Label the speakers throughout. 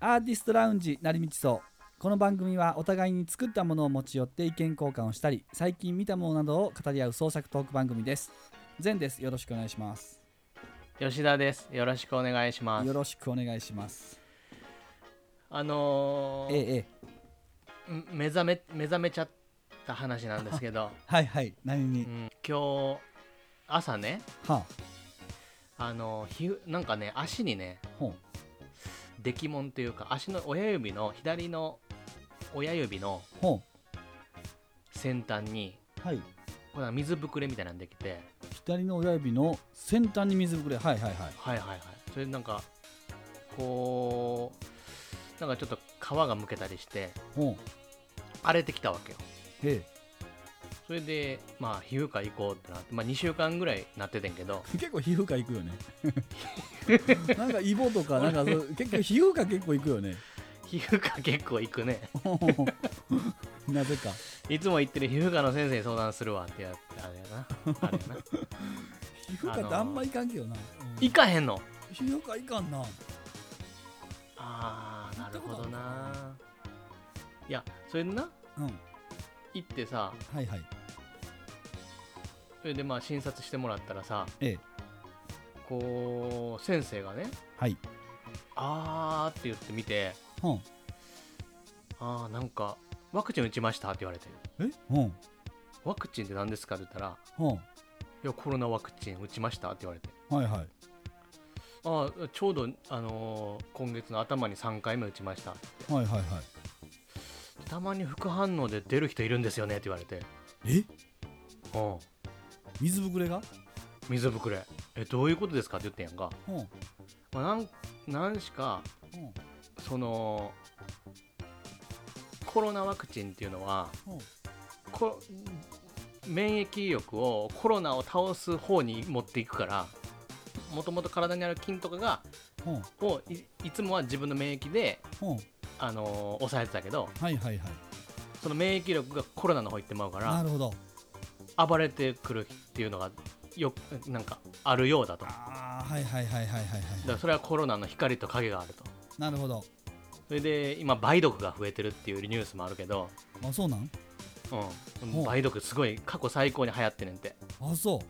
Speaker 1: アーティストラウンジ成道荘この番組はお互いに作ったものを持ち寄って意見交換をしたり最近見たものなどを語り合う創作トーク番組です善ですよろしくお願いします
Speaker 2: 吉田です。よろしくお願いしま
Speaker 1: よ
Speaker 2: す。
Speaker 1: ろしくお願いします
Speaker 2: あの
Speaker 1: ええ
Speaker 2: ー
Speaker 1: ええ
Speaker 2: ん目覚め目覚めちゃった話なんです けど、
Speaker 1: はいはい何に、
Speaker 2: うん今日朝ね、
Speaker 1: は
Speaker 2: あのーひゅなんかね足にね
Speaker 1: あほん
Speaker 2: 出来物というか足の親指の左の親指の
Speaker 1: ほん
Speaker 2: 先端に
Speaker 1: はい
Speaker 2: これは水ぶくれみたいなのできて、
Speaker 1: 左の親指の先端に水ぶくれはいはいはい
Speaker 2: はいはいはい。それでなんかこうなんかちょっと皮がむけたりして
Speaker 1: ほん
Speaker 2: 荒れてきたわけよ。
Speaker 1: え
Speaker 2: それでまあ皮膚科行こうってなって、まあ、2週間ぐらいなっててんけど
Speaker 1: え結構皮膚科行くよね なんかイボとかなんかそう結構皮膚科結構行くよね
Speaker 2: 皮膚科結構行くね
Speaker 1: ほんほんほんなぜか
Speaker 2: いつも行ってる皮膚科の先生に相談するわってやってあれやなあれやな
Speaker 1: 皮膚科ってあんま行かんけどな、うん
Speaker 2: 行かへんの
Speaker 1: 皮膚科行かんな
Speaker 2: あーなるほ
Speaker 1: 行ったこ
Speaker 2: ど
Speaker 1: と
Speaker 2: ないやそれでな
Speaker 1: うん
Speaker 2: 行ってさ
Speaker 1: はいはい
Speaker 2: それでまあ診察してもらったらさ
Speaker 1: ええ
Speaker 2: こう先生がね
Speaker 1: はい
Speaker 2: 「あー」って言ってみて
Speaker 1: ほん
Speaker 2: 「あーなんかワクチン打ちました」って言われて
Speaker 1: えほん
Speaker 2: 「ワクチンって何ですか?」って言ったら「
Speaker 1: ほん
Speaker 2: いやコロナワクチン打ちました」って言われて
Speaker 1: はいはい
Speaker 2: ああちょうど、あのー今月の頭に3回目打ちました
Speaker 1: はいはいはい
Speaker 2: たまに副反応で出る人いるんですよねって言われて
Speaker 1: え
Speaker 2: うん
Speaker 1: 水ぶくれが
Speaker 2: 水ぶくれえどういうことですかって言ってんやんか、
Speaker 1: ほん
Speaker 2: まあ、なんなんしか
Speaker 1: ほん
Speaker 2: そのコロナワクチンっていうのは
Speaker 1: ほん
Speaker 2: こ免疫力をコロナを倒す方に持っていくからもともと体にある菌とかが
Speaker 1: ほん
Speaker 2: をいいつもは自分の免疫で、
Speaker 1: ほん
Speaker 2: あのー抑えてたけど
Speaker 1: はいはいはい
Speaker 2: その免疫力がコロナの方行ってまうか
Speaker 1: な
Speaker 2: ら
Speaker 1: るほど
Speaker 2: 暴れてくるっていうのがよなんかあるようだとだか
Speaker 1: ああはいはいはいはいはいは
Speaker 2: らそれはコロナの光と影があると
Speaker 1: いなるほど
Speaker 2: それで今梅毒が増えてるっていうニュースもあるけど、
Speaker 1: あそうなん
Speaker 2: う、
Speaker 1: ほうん
Speaker 2: 梅毒すごい過去最高に流行ってねんて、
Speaker 1: あそ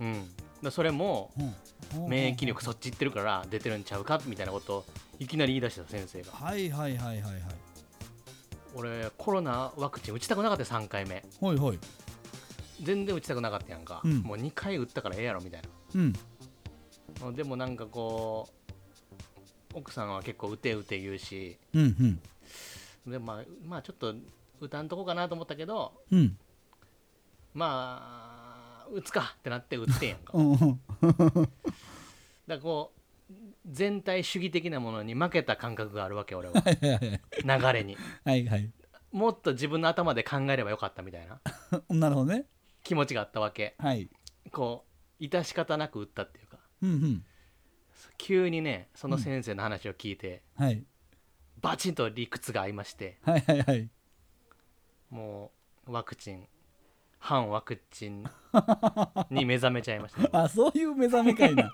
Speaker 2: うん、だからそれも
Speaker 1: う、うんほん、
Speaker 2: 免疫力
Speaker 1: ほ
Speaker 2: そっち行ってるから出てるんちゃうかみたいなことをいきなり言い出した先生
Speaker 1: ん
Speaker 2: が
Speaker 1: はいはいはいはいはい
Speaker 2: 俺コロナワクチン打ちたくなかったよ3回目
Speaker 1: ほいほい
Speaker 2: 全然打ちたくなかったやんか、
Speaker 1: うん
Speaker 2: もう2回打ったからええやろみたいな
Speaker 1: うん
Speaker 2: うんでもなんかこう奥さんは結構打て打て言うし
Speaker 1: うんうん
Speaker 2: で、まあ、まあちょっと打たんとこかなと思ったけど
Speaker 1: うん
Speaker 2: まあ打つかってなって打ってんやんかだか
Speaker 1: うんうん
Speaker 2: らこう全体主義的なものに負けた感覚があるわけ俺は流れに
Speaker 1: はいはい
Speaker 2: もっと自分の頭で考えればよかったみたいな
Speaker 1: なるほどね
Speaker 2: 気持ちがあったわけ
Speaker 1: はい
Speaker 2: こう致し方なく打ったっていうか
Speaker 1: うんうん
Speaker 2: 急にねその先生の話を聞いて、
Speaker 1: はい
Speaker 2: バチンと理屈が合いまして
Speaker 1: はいはいはい
Speaker 2: もうワクチン反ワクチンに目覚めちゃいましたね
Speaker 1: あそういう目覚めかい な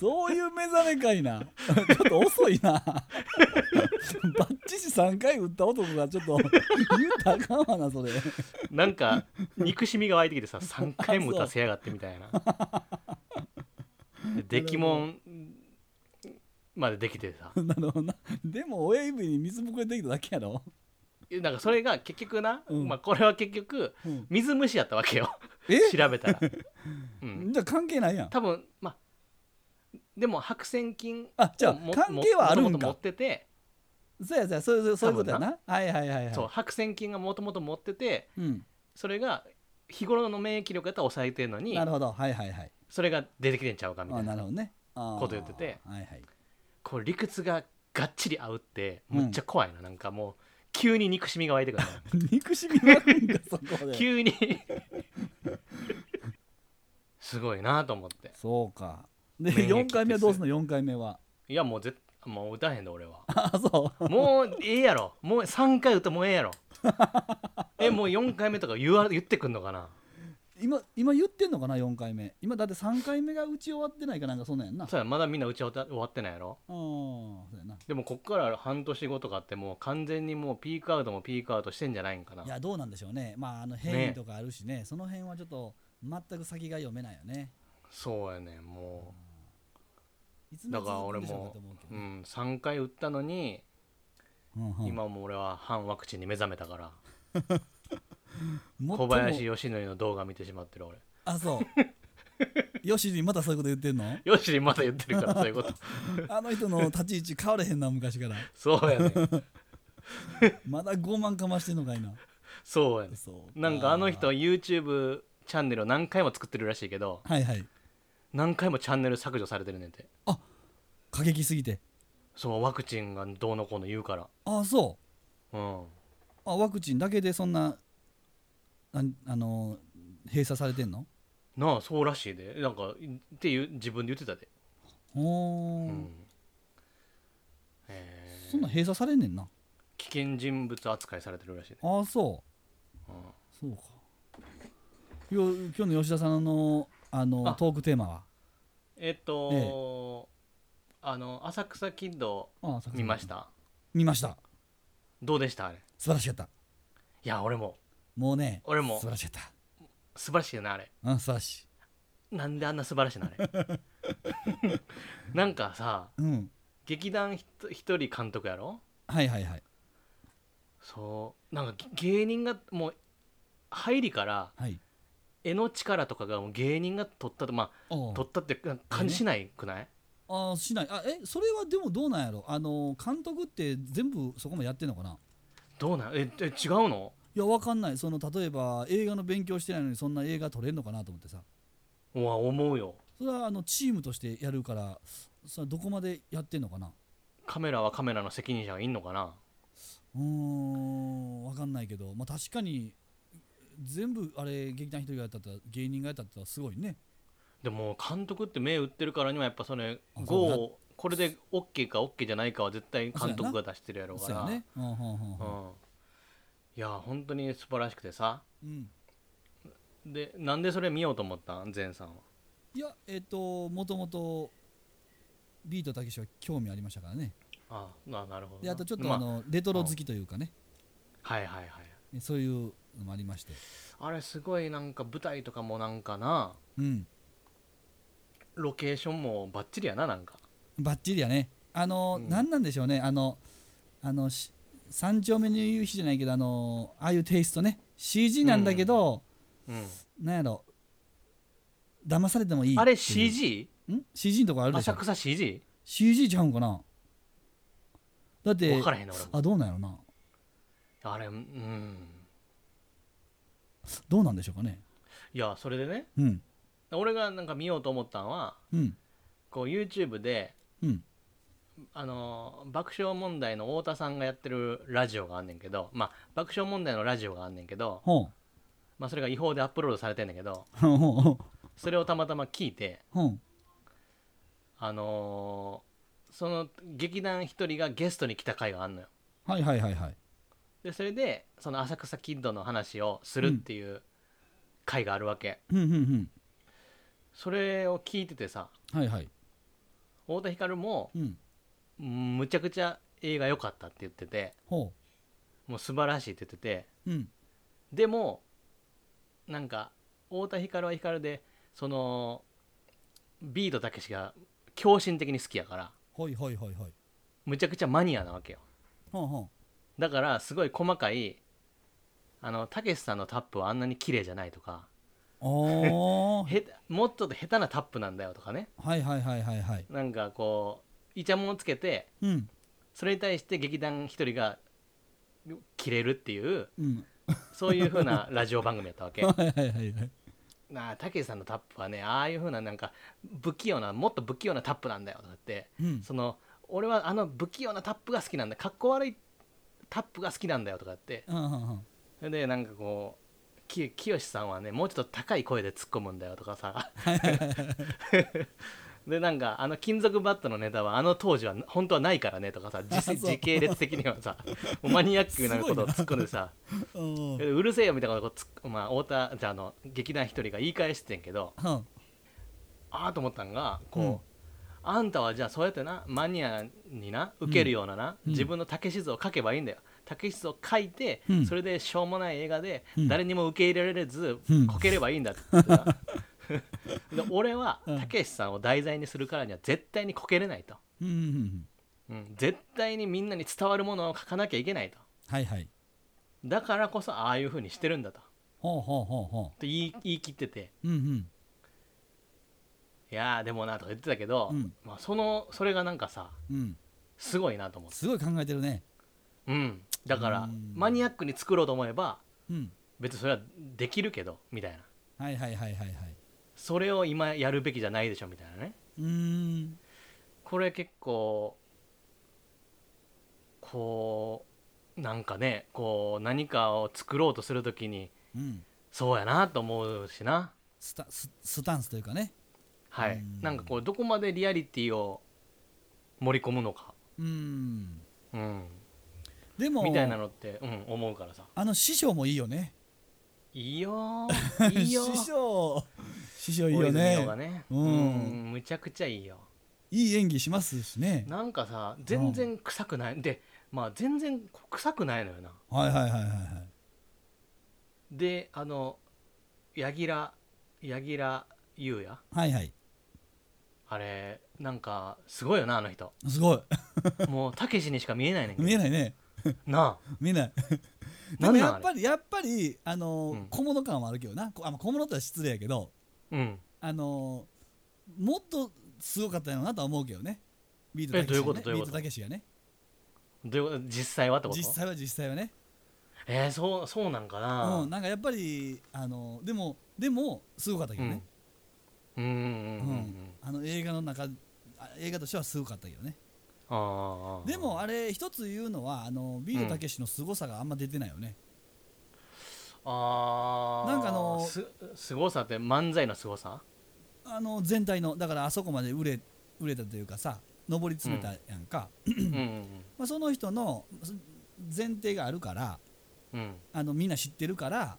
Speaker 1: そういう目覚めかいなちょっと遅いなバッチシ3回打った男がちょっと言うたらあかんわなそれ
Speaker 2: なんか憎しみが湧いてきてさ3回も打たせやがってみた いなで出来もんまでできてさ
Speaker 1: なるほどなでも親指に水ぶくれてきただけやろ、
Speaker 2: なんかそれが結局な、
Speaker 1: うん
Speaker 2: まあ、これは結局
Speaker 1: うん、
Speaker 2: 水虫やったわけよ
Speaker 1: え
Speaker 2: 調べた ら、うん、
Speaker 1: じゃあ関係ないやん
Speaker 2: 多分まあでも白癬菌
Speaker 1: あじゃあ
Speaker 2: も
Speaker 1: 関係はあるん
Speaker 2: もと
Speaker 1: か
Speaker 2: もと持ってて、
Speaker 1: そうやそうやそういうそういうことやなはいはいはいはい
Speaker 2: そう白癬菌がもともと持ってて
Speaker 1: うん、
Speaker 2: それが日頃の免疫力やったら抑えてるのに
Speaker 1: なるほどはいはいはい
Speaker 2: それが出てきてんちゃうかみた
Speaker 1: あ
Speaker 2: い
Speaker 1: な
Speaker 2: な
Speaker 1: るほどねこ
Speaker 2: こと言ってて
Speaker 1: はいはい
Speaker 2: こう理屈ががっちり合うって
Speaker 1: うん
Speaker 2: むっちゃ怖いな、なんかもう急に憎しみが湧いて くるな
Speaker 1: 憎しみがあるんかそこ で
Speaker 2: 急にすごいなと思って
Speaker 1: そうかで
Speaker 2: 免疫
Speaker 1: 4回目はどうすんの4回目はい
Speaker 2: やもう絶もう打たへんで俺は
Speaker 1: あそう
Speaker 2: もうええやろもう3回打ってもうええやろえもう4回目とか言わ言ってくんのかな
Speaker 1: 今今言ってんのかな4回目今だって3回目が打ち終わってないかなんかそんなんやんなあ
Speaker 2: そうやまだみんな打ち終わった終わってないやろ
Speaker 1: あーそうやななん
Speaker 2: でもこっから半年後とかってもう完全にもうピークアウトもピークアウトしてんじゃないんかない
Speaker 1: やどうなんでしょうねまああの変異とかあるしねその辺はちょっと全く先が読めないよね
Speaker 2: そうやねんも
Speaker 1: いつまで
Speaker 2: だから
Speaker 1: 続く
Speaker 2: 俺
Speaker 1: んでしょう
Speaker 2: も
Speaker 1: かと思うけ
Speaker 2: う、
Speaker 1: ど
Speaker 2: う
Speaker 1: ね、
Speaker 2: ん、3回打ったのに
Speaker 1: うんうん
Speaker 2: 今もう俺は反ワクチンに目覚めたから
Speaker 1: 最も
Speaker 2: 小林義則の動画見てしまってる俺
Speaker 1: あそう よしにまたそういうこと言ってんの
Speaker 2: よしまた言ってるからそういうこと
Speaker 1: あの人の立ち位置変われへんな昔から
Speaker 2: そうやねん
Speaker 1: まだ傲慢かましてんのかいな
Speaker 2: そうやねん
Speaker 1: そう
Speaker 2: なんかあの人は YouTube チャンネルを何回も作ってるらしいけど
Speaker 1: はいはい
Speaker 2: 何回もチャンネル削除されてるねんて
Speaker 1: 過激すぎて
Speaker 2: そうワクチンがどうのこうの言うから
Speaker 1: ああそう
Speaker 2: うん
Speaker 1: あワクチンだけでそんなああのー閉鎖されてんの
Speaker 2: なあそうらしいでなんかっていう自分で言ってたで
Speaker 1: おー、
Speaker 2: うんえー
Speaker 1: そんなん閉鎖されんねんな
Speaker 2: 危険人物扱いされてるらしいね
Speaker 1: ああそうそうかよ今日の吉田さんのあの
Speaker 2: あ
Speaker 1: トークテーマは
Speaker 2: えっと、あの浅草キッド
Speaker 1: ああ
Speaker 2: 見ました
Speaker 1: 見ました
Speaker 2: どうでしたあれ
Speaker 1: 素晴らしかった
Speaker 2: いや俺も
Speaker 1: もうね
Speaker 2: 俺も
Speaker 1: 素晴らしかっ
Speaker 2: 素晴らしいよなあれ
Speaker 1: たうん素晴らしい
Speaker 2: なんであんな素晴らしいのあれ なんかさ
Speaker 1: うん
Speaker 2: 劇団ひと一人監督やろ
Speaker 1: はいはいはい
Speaker 2: そうなんかげ芸人がもう入りから
Speaker 1: はい
Speaker 2: 絵の力とかがもう芸人が取ったとま
Speaker 1: あ
Speaker 2: あ
Speaker 1: ー
Speaker 2: 取ったってなんか感じしないくない
Speaker 1: あーしないあえそれはでもどうなんやろあのー監督って全部そこまでやってんのかな
Speaker 2: どうなんええ違うの
Speaker 1: いやわかんないその例えば映画の勉強してないのにそんな映画撮れるのかなと思ってさ
Speaker 2: うわ思うよ
Speaker 1: それはあのチームとしてやるからそれはどこまでやってんのかな
Speaker 2: カメラはカメラの責任者がいんのかな
Speaker 1: うーんわかんないけど、まあ、確かに全部あれ劇団一人がやったったら芸人がやったったらすごいね
Speaker 2: でも監督って目打ってるからにはやっぱそれ
Speaker 1: あそうだ
Speaker 2: ゴーをこれで OK か OK じゃないかは絶対監督が出してるやろう
Speaker 1: そ
Speaker 2: か
Speaker 1: うや
Speaker 2: ら
Speaker 1: ねうんうんうん
Speaker 2: う
Speaker 1: うん
Speaker 2: んいや本当に素晴らしくてさ
Speaker 1: うん
Speaker 2: でなんでそれ見ようと思ったん前さんはい
Speaker 1: やえっ、ともともとビートたけしは興味ありましたからね
Speaker 2: ああなるほど
Speaker 1: で
Speaker 2: な
Speaker 1: あとちょっと
Speaker 2: ま
Speaker 1: あのレトロ好きというかね
Speaker 2: はいはいはい
Speaker 1: そういうのもありまして
Speaker 2: あれすごいなんか舞台とかもなんかな
Speaker 1: うん
Speaker 2: ロケーションもバッチリやななんか
Speaker 1: バッチリやねあの、
Speaker 2: うん
Speaker 1: 何なんでしょうねあのあのし三丁目の夕日じゃないけどあのああいうテイストね CG なんだけど、
Speaker 2: うん
Speaker 1: なんやろ騙されてもいいっていう
Speaker 2: あれ CG?
Speaker 1: ん CG のとこあるでし
Speaker 2: 浅
Speaker 1: ょ
Speaker 2: 草 CG?
Speaker 1: CG ちゃうんかなだって
Speaker 2: 分からへんな俺も
Speaker 1: あどうなんやろな
Speaker 2: あれうん
Speaker 1: どうなんでしょうかね
Speaker 2: いやそれでね
Speaker 1: うん
Speaker 2: 俺がなんか見ようと思ったのは
Speaker 1: うん
Speaker 2: こう YouTube で
Speaker 1: うん
Speaker 2: あのー爆笑問題の太田さんがやってるラジオがあんねんけど、まあ、爆笑問題のラジオがあんねんけど、
Speaker 1: ほ
Speaker 2: まあ、それが違法でアップロードされてんねんけど
Speaker 1: う ほうほう
Speaker 2: それをたまたま聞いて、
Speaker 1: ほう
Speaker 2: あのーその劇団一人がゲストに来た回があんのよ
Speaker 1: はいはいはいはい
Speaker 2: でそれでその浅草キッドの話をするっていう回があるわけ、
Speaker 1: うんうん
Speaker 2: それを聞いててさ
Speaker 1: うんはいはい
Speaker 2: 太田光も
Speaker 1: うん
Speaker 2: むちゃくちゃ映画良かったって言ってて
Speaker 1: ほ
Speaker 2: もう素晴らしいって言ってて
Speaker 1: ううん
Speaker 2: でもなんか太田光は光でそのビートたけしが狂心的に好きやから
Speaker 1: ほいほいほいほい
Speaker 2: むちゃくちゃマニアなわけよ
Speaker 1: ほうほ
Speaker 2: だからすごい細かいあのたけしさんのタップはあんなに綺麗じゃないとか
Speaker 1: うおー
Speaker 2: へたもっと下手なタップなんだよとかね
Speaker 1: はいはいはいはいはい
Speaker 2: なんかこうイチャモンをつけて
Speaker 1: うん
Speaker 2: それに対して劇団一人が切れるっていう
Speaker 1: うん
Speaker 2: そういう風なラジオ番組やったわけ
Speaker 1: はいはいはいはい
Speaker 2: なあたけしさんのタップはねああいう風ななんか不器用なもっと不器用なタップなんだよとかって
Speaker 1: うん
Speaker 2: その俺はあの不器用なタップが好きなんだかっこ悪いタップが好きなんだよとかって
Speaker 1: うんうんうん
Speaker 2: それでなんかこうききよしさんはねもうちょっと高い声で突っ込むんだよとか さでなんかあの金属バットのネタはあの当時は本当はないからねとか さ
Speaker 1: あそ
Speaker 2: 時
Speaker 1: う
Speaker 2: 時系列的にはさもうマニアックなことを突っ込んでさ
Speaker 1: うん
Speaker 2: うるせえよみたいなことを突っ込むまあ、太田じゃああの劇団一人が言い返してんけど
Speaker 1: うん
Speaker 2: ああと思ったんがこう、あんたはじゃあそうやってなマニアにな受けるようなな、
Speaker 1: うん
Speaker 2: 自分の竹し図を描けばいいんだよ竹し図を描いて、
Speaker 1: うん
Speaker 2: それでしょうもない映画で、
Speaker 1: うん
Speaker 2: 誰にも受け入れられず、
Speaker 1: うん
Speaker 2: こければいいんだって言って なで俺は
Speaker 1: うん
Speaker 2: たけしさんを題材にするからには絶対にこけれないと、
Speaker 1: うんうんうん
Speaker 2: うん、絶対にみんなに伝わるものを書かなきゃいけないと
Speaker 1: はいはい
Speaker 2: だからこそああいう風にしてるんだと
Speaker 1: ほうほうほうほ
Speaker 2: と言い言い切ってて
Speaker 1: ううんうん
Speaker 2: いやーでもなとか言ってたけど、
Speaker 1: うん
Speaker 2: まあ、そのそれがなんかさ
Speaker 1: うん
Speaker 2: すごいなと思って、
Speaker 1: すごい考えてるね
Speaker 2: うん、だか
Speaker 1: う
Speaker 2: ら
Speaker 1: ん
Speaker 2: マニアックに作ろうと思えば
Speaker 1: うん
Speaker 2: 別にそれはできるけどみたいな
Speaker 1: はいはいはいはいはい
Speaker 2: それを今やるべきじゃないでしょみたいなね
Speaker 1: うーん
Speaker 2: これ結構こうなんかねこう何かを作ろうとするときに
Speaker 1: うん
Speaker 2: そうやなと思うしな
Speaker 1: スタススタンスというかね
Speaker 2: は
Speaker 1: う
Speaker 2: い
Speaker 1: ん
Speaker 2: なんかこうどこまでリアリティを盛り込むのか、
Speaker 1: うん
Speaker 2: うん、
Speaker 1: でも
Speaker 2: みたいなのって、うん、思うからさ
Speaker 1: あの師匠もいいよね
Speaker 2: いいよ ーいいよー
Speaker 1: 師匠師匠いい
Speaker 2: 大
Speaker 1: よ
Speaker 2: 泉洋が
Speaker 1: ね
Speaker 2: ね
Speaker 1: うん
Speaker 2: うんむちゃくちゃいいよ
Speaker 1: いい演技しますしね
Speaker 2: なんかさ全然臭くないでまあ全然臭くないのよな
Speaker 1: はいはいはいはいはい
Speaker 2: であの柳楽柳楽優也
Speaker 1: はいはい
Speaker 2: あれなんかすごいよなあの人
Speaker 1: すごい
Speaker 2: もうたけしにしか見えないねんけ ど
Speaker 1: 見えないね
Speaker 2: なあ
Speaker 1: 見えないで
Speaker 2: な
Speaker 1: も
Speaker 2: んなん
Speaker 1: や
Speaker 2: あ
Speaker 1: っ
Speaker 2: れ
Speaker 1: ぱりやっぱりあのー
Speaker 2: うん
Speaker 1: 小物感はあるけどなこあまあ小物とは失礼やけど
Speaker 2: うん
Speaker 1: あのーもっとすごかったよなとは思うけどねビート
Speaker 2: え
Speaker 1: たけしがね
Speaker 2: どういうことどうい
Speaker 1: ビ
Speaker 2: うこ
Speaker 1: ー
Speaker 2: と
Speaker 1: トたけしがね
Speaker 2: どういうこと実際はってこと
Speaker 1: 実際は実際はね
Speaker 2: えー、そうそうなんかな
Speaker 1: うんなんかやっぱりあのーでもでもすごかったけどね
Speaker 2: うんうんうんうん
Speaker 1: う
Speaker 2: う
Speaker 1: ん
Speaker 2: ん
Speaker 1: あの映画の中あ映画としてはすごかったけどね
Speaker 2: あーあー
Speaker 1: でもあれ一つ言うのはあのビートたけしの凄さがあんま出てないよね、
Speaker 2: あー
Speaker 1: なんかあの
Speaker 2: すすごさって漫才のすごさ
Speaker 1: あの全体のだからあそこまで売れ売れたというかさ上り詰めたやんか、
Speaker 2: うんうん
Speaker 1: まあ、その人のそ前提があるから
Speaker 2: うん
Speaker 1: あのみんな知ってるから、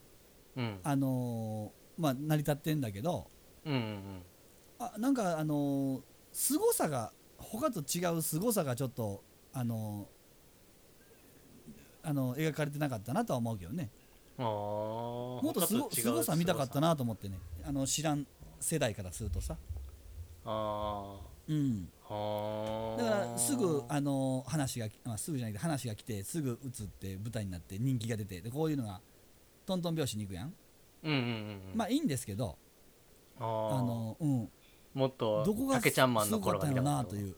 Speaker 2: うん
Speaker 1: あのーまあ、成り立ってんだけど
Speaker 2: うんうん
Speaker 1: あなんかあのー、凄さが他と違う凄さがちょっとあのーあの描かれてなかったなとは思うけどね
Speaker 2: あー
Speaker 1: もっとすご
Speaker 2: 他違う
Speaker 1: 凄さ見たかったなと思ってねあの知らん世代からするとさ、
Speaker 2: あー
Speaker 1: うん、
Speaker 2: は
Speaker 1: だ
Speaker 2: ー
Speaker 1: からすぐあの話が、まあ、すぐじゃなくて話が来てすぐ打つって舞台になって人気が出てでこういうのがトントン拍子に行くやん、
Speaker 2: うんうんうんうん
Speaker 1: まあいいんですけど
Speaker 2: あ
Speaker 1: あ
Speaker 2: ー
Speaker 1: の、うん、
Speaker 2: もっと
Speaker 1: どこが
Speaker 2: たけちゃんマンの頃が
Speaker 1: す
Speaker 2: 見
Speaker 1: ごか
Speaker 2: た
Speaker 1: ったのな
Speaker 2: かった
Speaker 1: という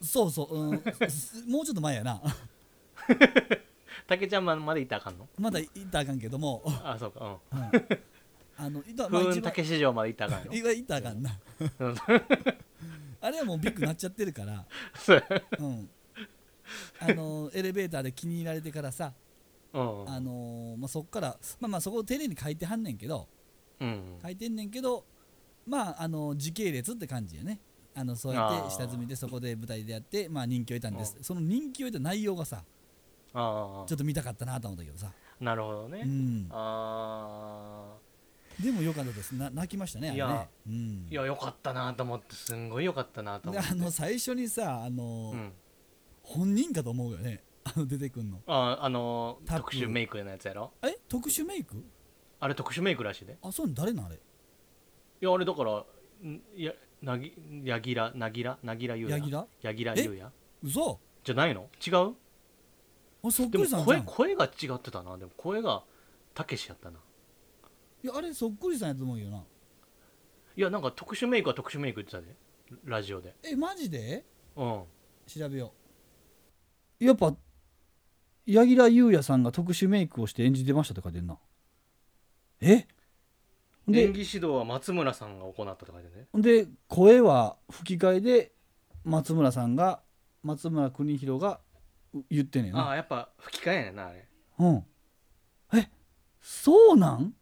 Speaker 1: そうそう、うん、 すもうちょっと前やな
Speaker 2: たけちゃんマンまでいたらあかんの
Speaker 1: まだ言ったらあかんけども、
Speaker 2: あそうか
Speaker 1: うん、あのいた
Speaker 2: うん
Speaker 1: 一
Speaker 2: 風雲た
Speaker 1: 番
Speaker 2: け市場までいったらあかん
Speaker 1: い
Speaker 2: の
Speaker 1: わ言ったらあかんな
Speaker 2: うん
Speaker 1: あれはもうビッグなっちゃってるから、
Speaker 2: そう
Speaker 1: うん、あのエレベーターで気に入られてからさ
Speaker 2: うん
Speaker 1: あのーまあ、そこから、まあ、まあそこを丁寧に書いてはんねんけど
Speaker 2: うん
Speaker 1: 書いてんねんけどまああの時系列って感じよねあのそうやって下積みでそこで舞台でやって、まあ、人気を得たんです、その人気を得た内容がさ
Speaker 2: あ
Speaker 1: ちょっと見たかったなと思ったけどさ、
Speaker 2: あなるほどね
Speaker 1: うん、
Speaker 2: あ
Speaker 1: でもよかったですな泣きましたねあれ
Speaker 2: いや
Speaker 1: ね、うん
Speaker 2: あいやよかったなと思ってすんごいよかったなと
Speaker 1: で
Speaker 2: 思って
Speaker 1: あの最初にさあのー、
Speaker 2: うん
Speaker 1: 本人かと思うよねあの出てくんの
Speaker 2: ああの
Speaker 1: タップ
Speaker 2: 特殊メイクのやつやろ
Speaker 1: え特殊メイク
Speaker 2: あれ特殊メイクらしいでい
Speaker 1: あそう誰なんあれ
Speaker 2: やあれだからんいやなぎやぎらなぎらなぎらゆうや
Speaker 1: ヤギだ
Speaker 2: やぎら
Speaker 1: え
Speaker 2: ゆうや
Speaker 1: 嘘
Speaker 2: じゃないの違う
Speaker 1: あそっ
Speaker 2: で
Speaker 1: く
Speaker 2: も
Speaker 1: りさんじゃ
Speaker 2: 声
Speaker 1: ん
Speaker 2: 声が違ってたなでも声がたけしやったない
Speaker 1: やあれそっくりさんやと思うよない
Speaker 2: やなんか特殊メイクは特殊メイクって言ってたでラジオで
Speaker 1: えマジで
Speaker 2: うん
Speaker 1: 調べようやっぱ柳楽優弥さんが特殊メイクをして演じてましたって書いてんなえ
Speaker 2: 演
Speaker 1: で
Speaker 2: 技指導は松村さんが行ったとかでね
Speaker 1: で声は吹き替えで松村さんが松村邦弘がう言ってんねん
Speaker 2: あ
Speaker 1: な
Speaker 2: あやっぱ吹き替えやねんなあれ
Speaker 1: うんえそうなん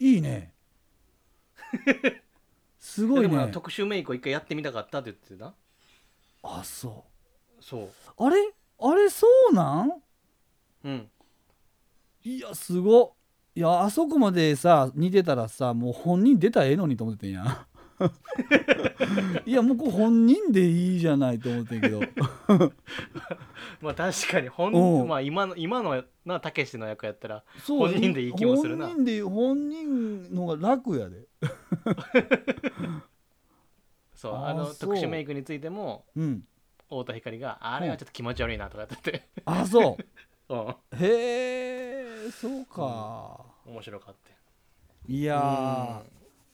Speaker 1: いい ねすごい
Speaker 2: でもな
Speaker 1: ね
Speaker 2: 特殊メイクを一回やってみたかったって言ってた
Speaker 1: あそ
Speaker 2: そう
Speaker 1: うあれあれそうなん
Speaker 2: うん
Speaker 1: いやす ごっいやあそこまでさ似てたらさもう本人出たらええのにと思ってたんやいやもうこれ本人でいいじゃないと思ってんけど
Speaker 2: まあ確かに本
Speaker 1: うん
Speaker 2: まあ、今の今のなたけしの役やったら
Speaker 1: そう
Speaker 2: 本人でいい気もするな
Speaker 1: 本人で本人のが楽やで
Speaker 2: そう
Speaker 1: あー
Speaker 2: あの
Speaker 1: そう
Speaker 2: 特殊メイクについても
Speaker 1: うん
Speaker 2: 太田光があれはちょっと気持ち悪いなとかって言って、
Speaker 1: あそ
Speaker 2: うん、
Speaker 1: うへえそうか、
Speaker 2: 面白かって
Speaker 1: いやー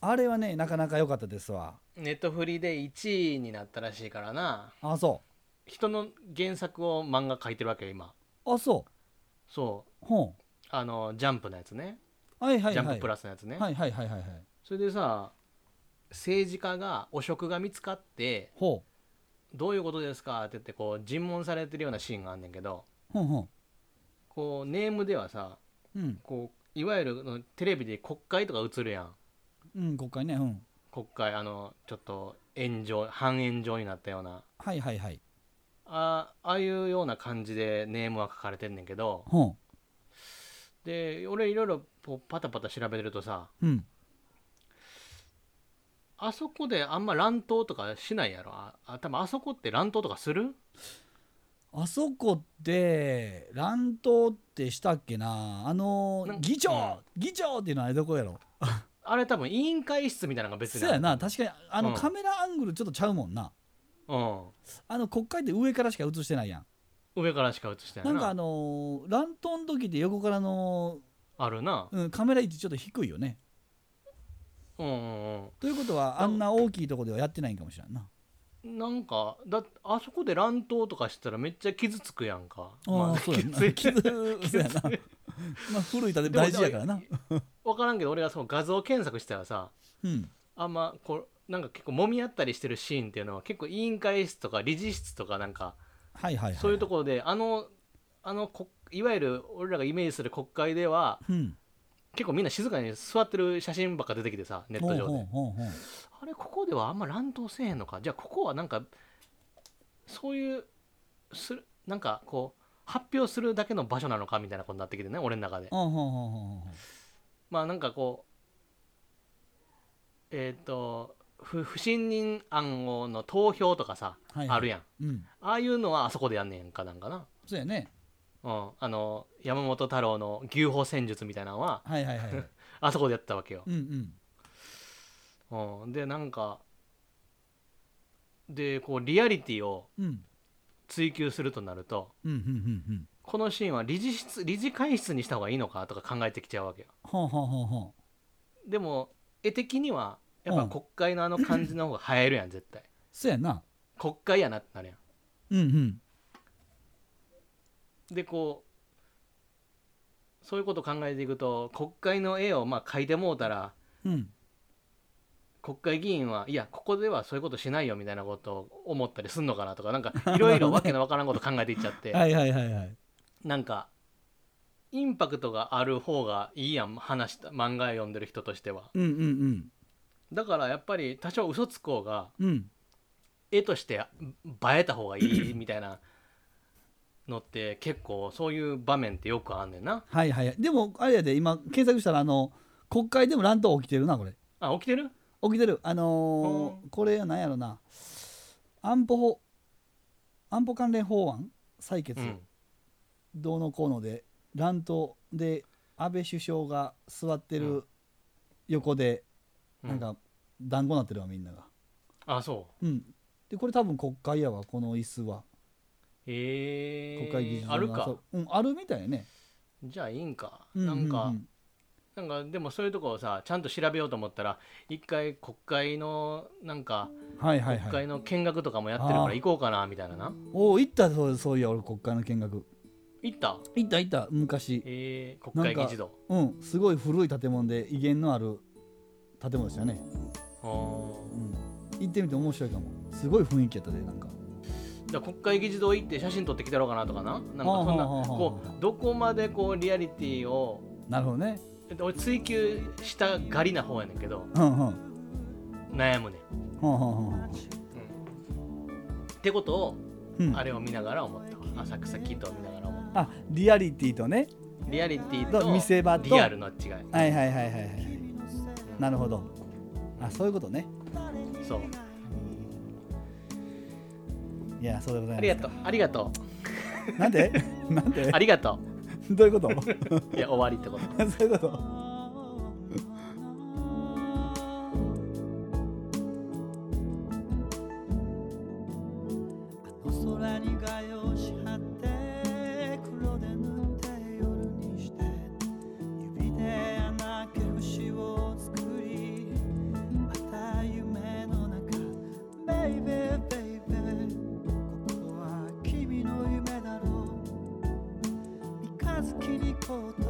Speaker 1: あれはねなかなか良かったですわ
Speaker 2: ネットフリで1位になったらしいからな
Speaker 1: あそ
Speaker 2: 人の原作を漫画描いてるわけよ今
Speaker 1: うあそう
Speaker 2: そう
Speaker 1: ほ
Speaker 2: あのジャンプのやつね、
Speaker 1: んはいはいはい
Speaker 2: ジャンププラスのやつね、
Speaker 1: はいはいはいはいはい
Speaker 2: それでさ政治家が汚職が見つかって
Speaker 1: ほ
Speaker 2: どういうことですかって言ってこう尋問されてるようなシーンがあんねんけど
Speaker 1: うほんほん
Speaker 2: こうネームではさ
Speaker 1: うん
Speaker 2: こういわゆるのテレビで国会とか映るやん
Speaker 1: うん国会ねうん
Speaker 2: 国会あのちょっと炎上半炎上になったような
Speaker 1: はいはいはい
Speaker 2: あああいうような感じでネームは書かれてんねんけど
Speaker 1: ほ
Speaker 2: で俺いろいろこうパタパタ調べてるとさ
Speaker 1: ううん
Speaker 2: あそこであんま乱闘とかしないやろああ多分あそこって乱闘とかする
Speaker 1: あそこで乱闘ってしたっけなあの
Speaker 2: なん
Speaker 1: 議長、
Speaker 2: うん
Speaker 1: 議長っていうのはあれどこやろ
Speaker 2: あれ多分委員会室みたいなのが別に
Speaker 1: そうやな
Speaker 2: ある
Speaker 1: 確かにあの、
Speaker 2: うん
Speaker 1: カメラアングルちょっとちゃうもんなあの国会って上からしか映してないやん
Speaker 2: うん、上からしか映してな
Speaker 1: ないん
Speaker 2: な
Speaker 1: かあのー乱闘の時で横からの、
Speaker 2: あるな
Speaker 1: うん、カメラ位置ちょっと低いよね
Speaker 2: うんうん
Speaker 1: ということはあんな大きいとこではやってないんかもしれんな
Speaker 2: うんなんかだってあそこで乱闘とかしたらめっちゃ傷つくやんか
Speaker 1: あ
Speaker 2: ま
Speaker 1: ー
Speaker 2: あ
Speaker 1: そうやな
Speaker 2: 傷つい
Speaker 1: 傷そうやなまあ古い建て大事やからな
Speaker 2: で分からんけど俺がその画像検索したらさ
Speaker 1: うん
Speaker 2: あんまこうなんか結構揉み合ったりしてるシーンっていうのは結構委員会室とか理事室とかなんか
Speaker 1: はいはいはい
Speaker 2: そういうところであのあのこいわゆる俺らがイメージする国会では
Speaker 1: うん
Speaker 2: 結構みんな静かに座ってる写真ばっか出てきてさネット上で
Speaker 1: ほうほうほうほう
Speaker 2: あれここではあんま乱闘せえへんのかじゃあここはなんかそういうするなんかこう発表するだけの場所なのかみたいなことになってきてね俺の中で
Speaker 1: ほうほうほうほうほう
Speaker 2: まあなんかこうえっ、と不不信任案をの投票とかさ、
Speaker 1: はいはい
Speaker 2: あるやん
Speaker 1: うん
Speaker 2: ああいうのはあそこでやんねんかなんかな、
Speaker 1: そうやね
Speaker 2: うん、あの山本太郎の牛歩戦術みたいなのは
Speaker 1: はいはい はいう
Speaker 2: あそこでやったわけよ、
Speaker 1: んうん
Speaker 2: うん、でなんかでこうリアリティを
Speaker 1: うん
Speaker 2: 追求するとなると
Speaker 1: うんうんうんうん
Speaker 2: このシーンは理事室理事会室にした方がいいのかとか考えてきちゃうわけよ
Speaker 1: ほうほうほうほう
Speaker 2: でも絵的にはやっぱ
Speaker 1: うん
Speaker 2: 国会のあの感じの方が映えるやん絶対
Speaker 1: そうやな
Speaker 2: 国会やなってなるや
Speaker 1: うんうん
Speaker 2: んでこうそういうことを考えていくと国会の絵をまあ描いてもうたら
Speaker 1: うん
Speaker 2: 国会議員はいやここではそういうことしないよみたいなことを思ったりすんのかなとかなんかいろいろわけのわからんこと考えていっちゃって
Speaker 1: はいはいはいはい
Speaker 2: なんかインパクトがある方がいいやん話した漫画読んでる人としては
Speaker 1: うんうん
Speaker 2: だからやっぱり多少嘘つこうが
Speaker 1: うんうん
Speaker 2: 絵として映えた方がいいみたいなのって結構そういう場面ってよくあんねんな
Speaker 1: はいはいはいでもあれやで今検索したらあの国会でも乱闘起きてるなこれ
Speaker 2: あ起きてる
Speaker 1: 起きてるあのーこれは何やろな安保法安保関連法案採決、
Speaker 2: うん
Speaker 1: どうのこうので乱闘で安倍首相が座って
Speaker 2: う
Speaker 1: る横で、
Speaker 2: うん
Speaker 1: なんか団子なってるわみんなが
Speaker 2: あそう
Speaker 1: うんでこれ多分国会やわこの椅子は
Speaker 2: へえ
Speaker 1: 国会議事堂の
Speaker 2: あるか
Speaker 1: そううんあるみたいやね
Speaker 2: じゃあいいんか、
Speaker 1: うう
Speaker 2: なんか
Speaker 1: う
Speaker 2: なんかでもそういうとこをさちゃんと調べようと思ったら一回国会のなんか
Speaker 1: はいはい
Speaker 2: 国
Speaker 1: はい
Speaker 2: 会の見学とかもやってるか
Speaker 1: あ
Speaker 2: ら
Speaker 1: ー
Speaker 2: 行こうかなみたいなな
Speaker 1: おお行ったそうそういや俺国会の見学
Speaker 2: 行った
Speaker 1: 行った行った昔
Speaker 2: えー、国会議事堂
Speaker 1: うんすごい古い建物で威厳のある建物でしたね、
Speaker 2: あ
Speaker 1: うん、行ってみて面白いかもすごい雰囲気やったでなんか
Speaker 2: ーじゃあ国会議事堂行って写真撮ってきたろうかなとかななんかそんな
Speaker 1: あーはーはーはー
Speaker 2: こうどこまでこうリアリティを
Speaker 1: なるほどね
Speaker 2: 俺追求したがりな方やねんけど
Speaker 1: うんうんうん
Speaker 2: 悩むねん、
Speaker 1: うんうん
Speaker 2: ってことを
Speaker 1: うん
Speaker 2: あれを見ながら思った浅草キッドを見ながら思っ
Speaker 1: あリアリティとね
Speaker 2: たリアリティ
Speaker 1: と見せ場
Speaker 2: と
Speaker 1: と
Speaker 2: リアルの違い
Speaker 1: はいはいはいはいはいなるほどあそういうことね
Speaker 2: そう
Speaker 1: いやそうでございま
Speaker 2: あり
Speaker 1: す
Speaker 2: がとうありがと
Speaker 1: なんで なんで
Speaker 2: うありがと
Speaker 1: どういうことそう
Speaker 2: ういや終わりってこと
Speaker 1: いうこと
Speaker 3: あの空に画用しはって黒で塗って夜にして指で穴開け星を作りまた夢の中ベイベーベイベーここは君の夢だろう三日月に言葉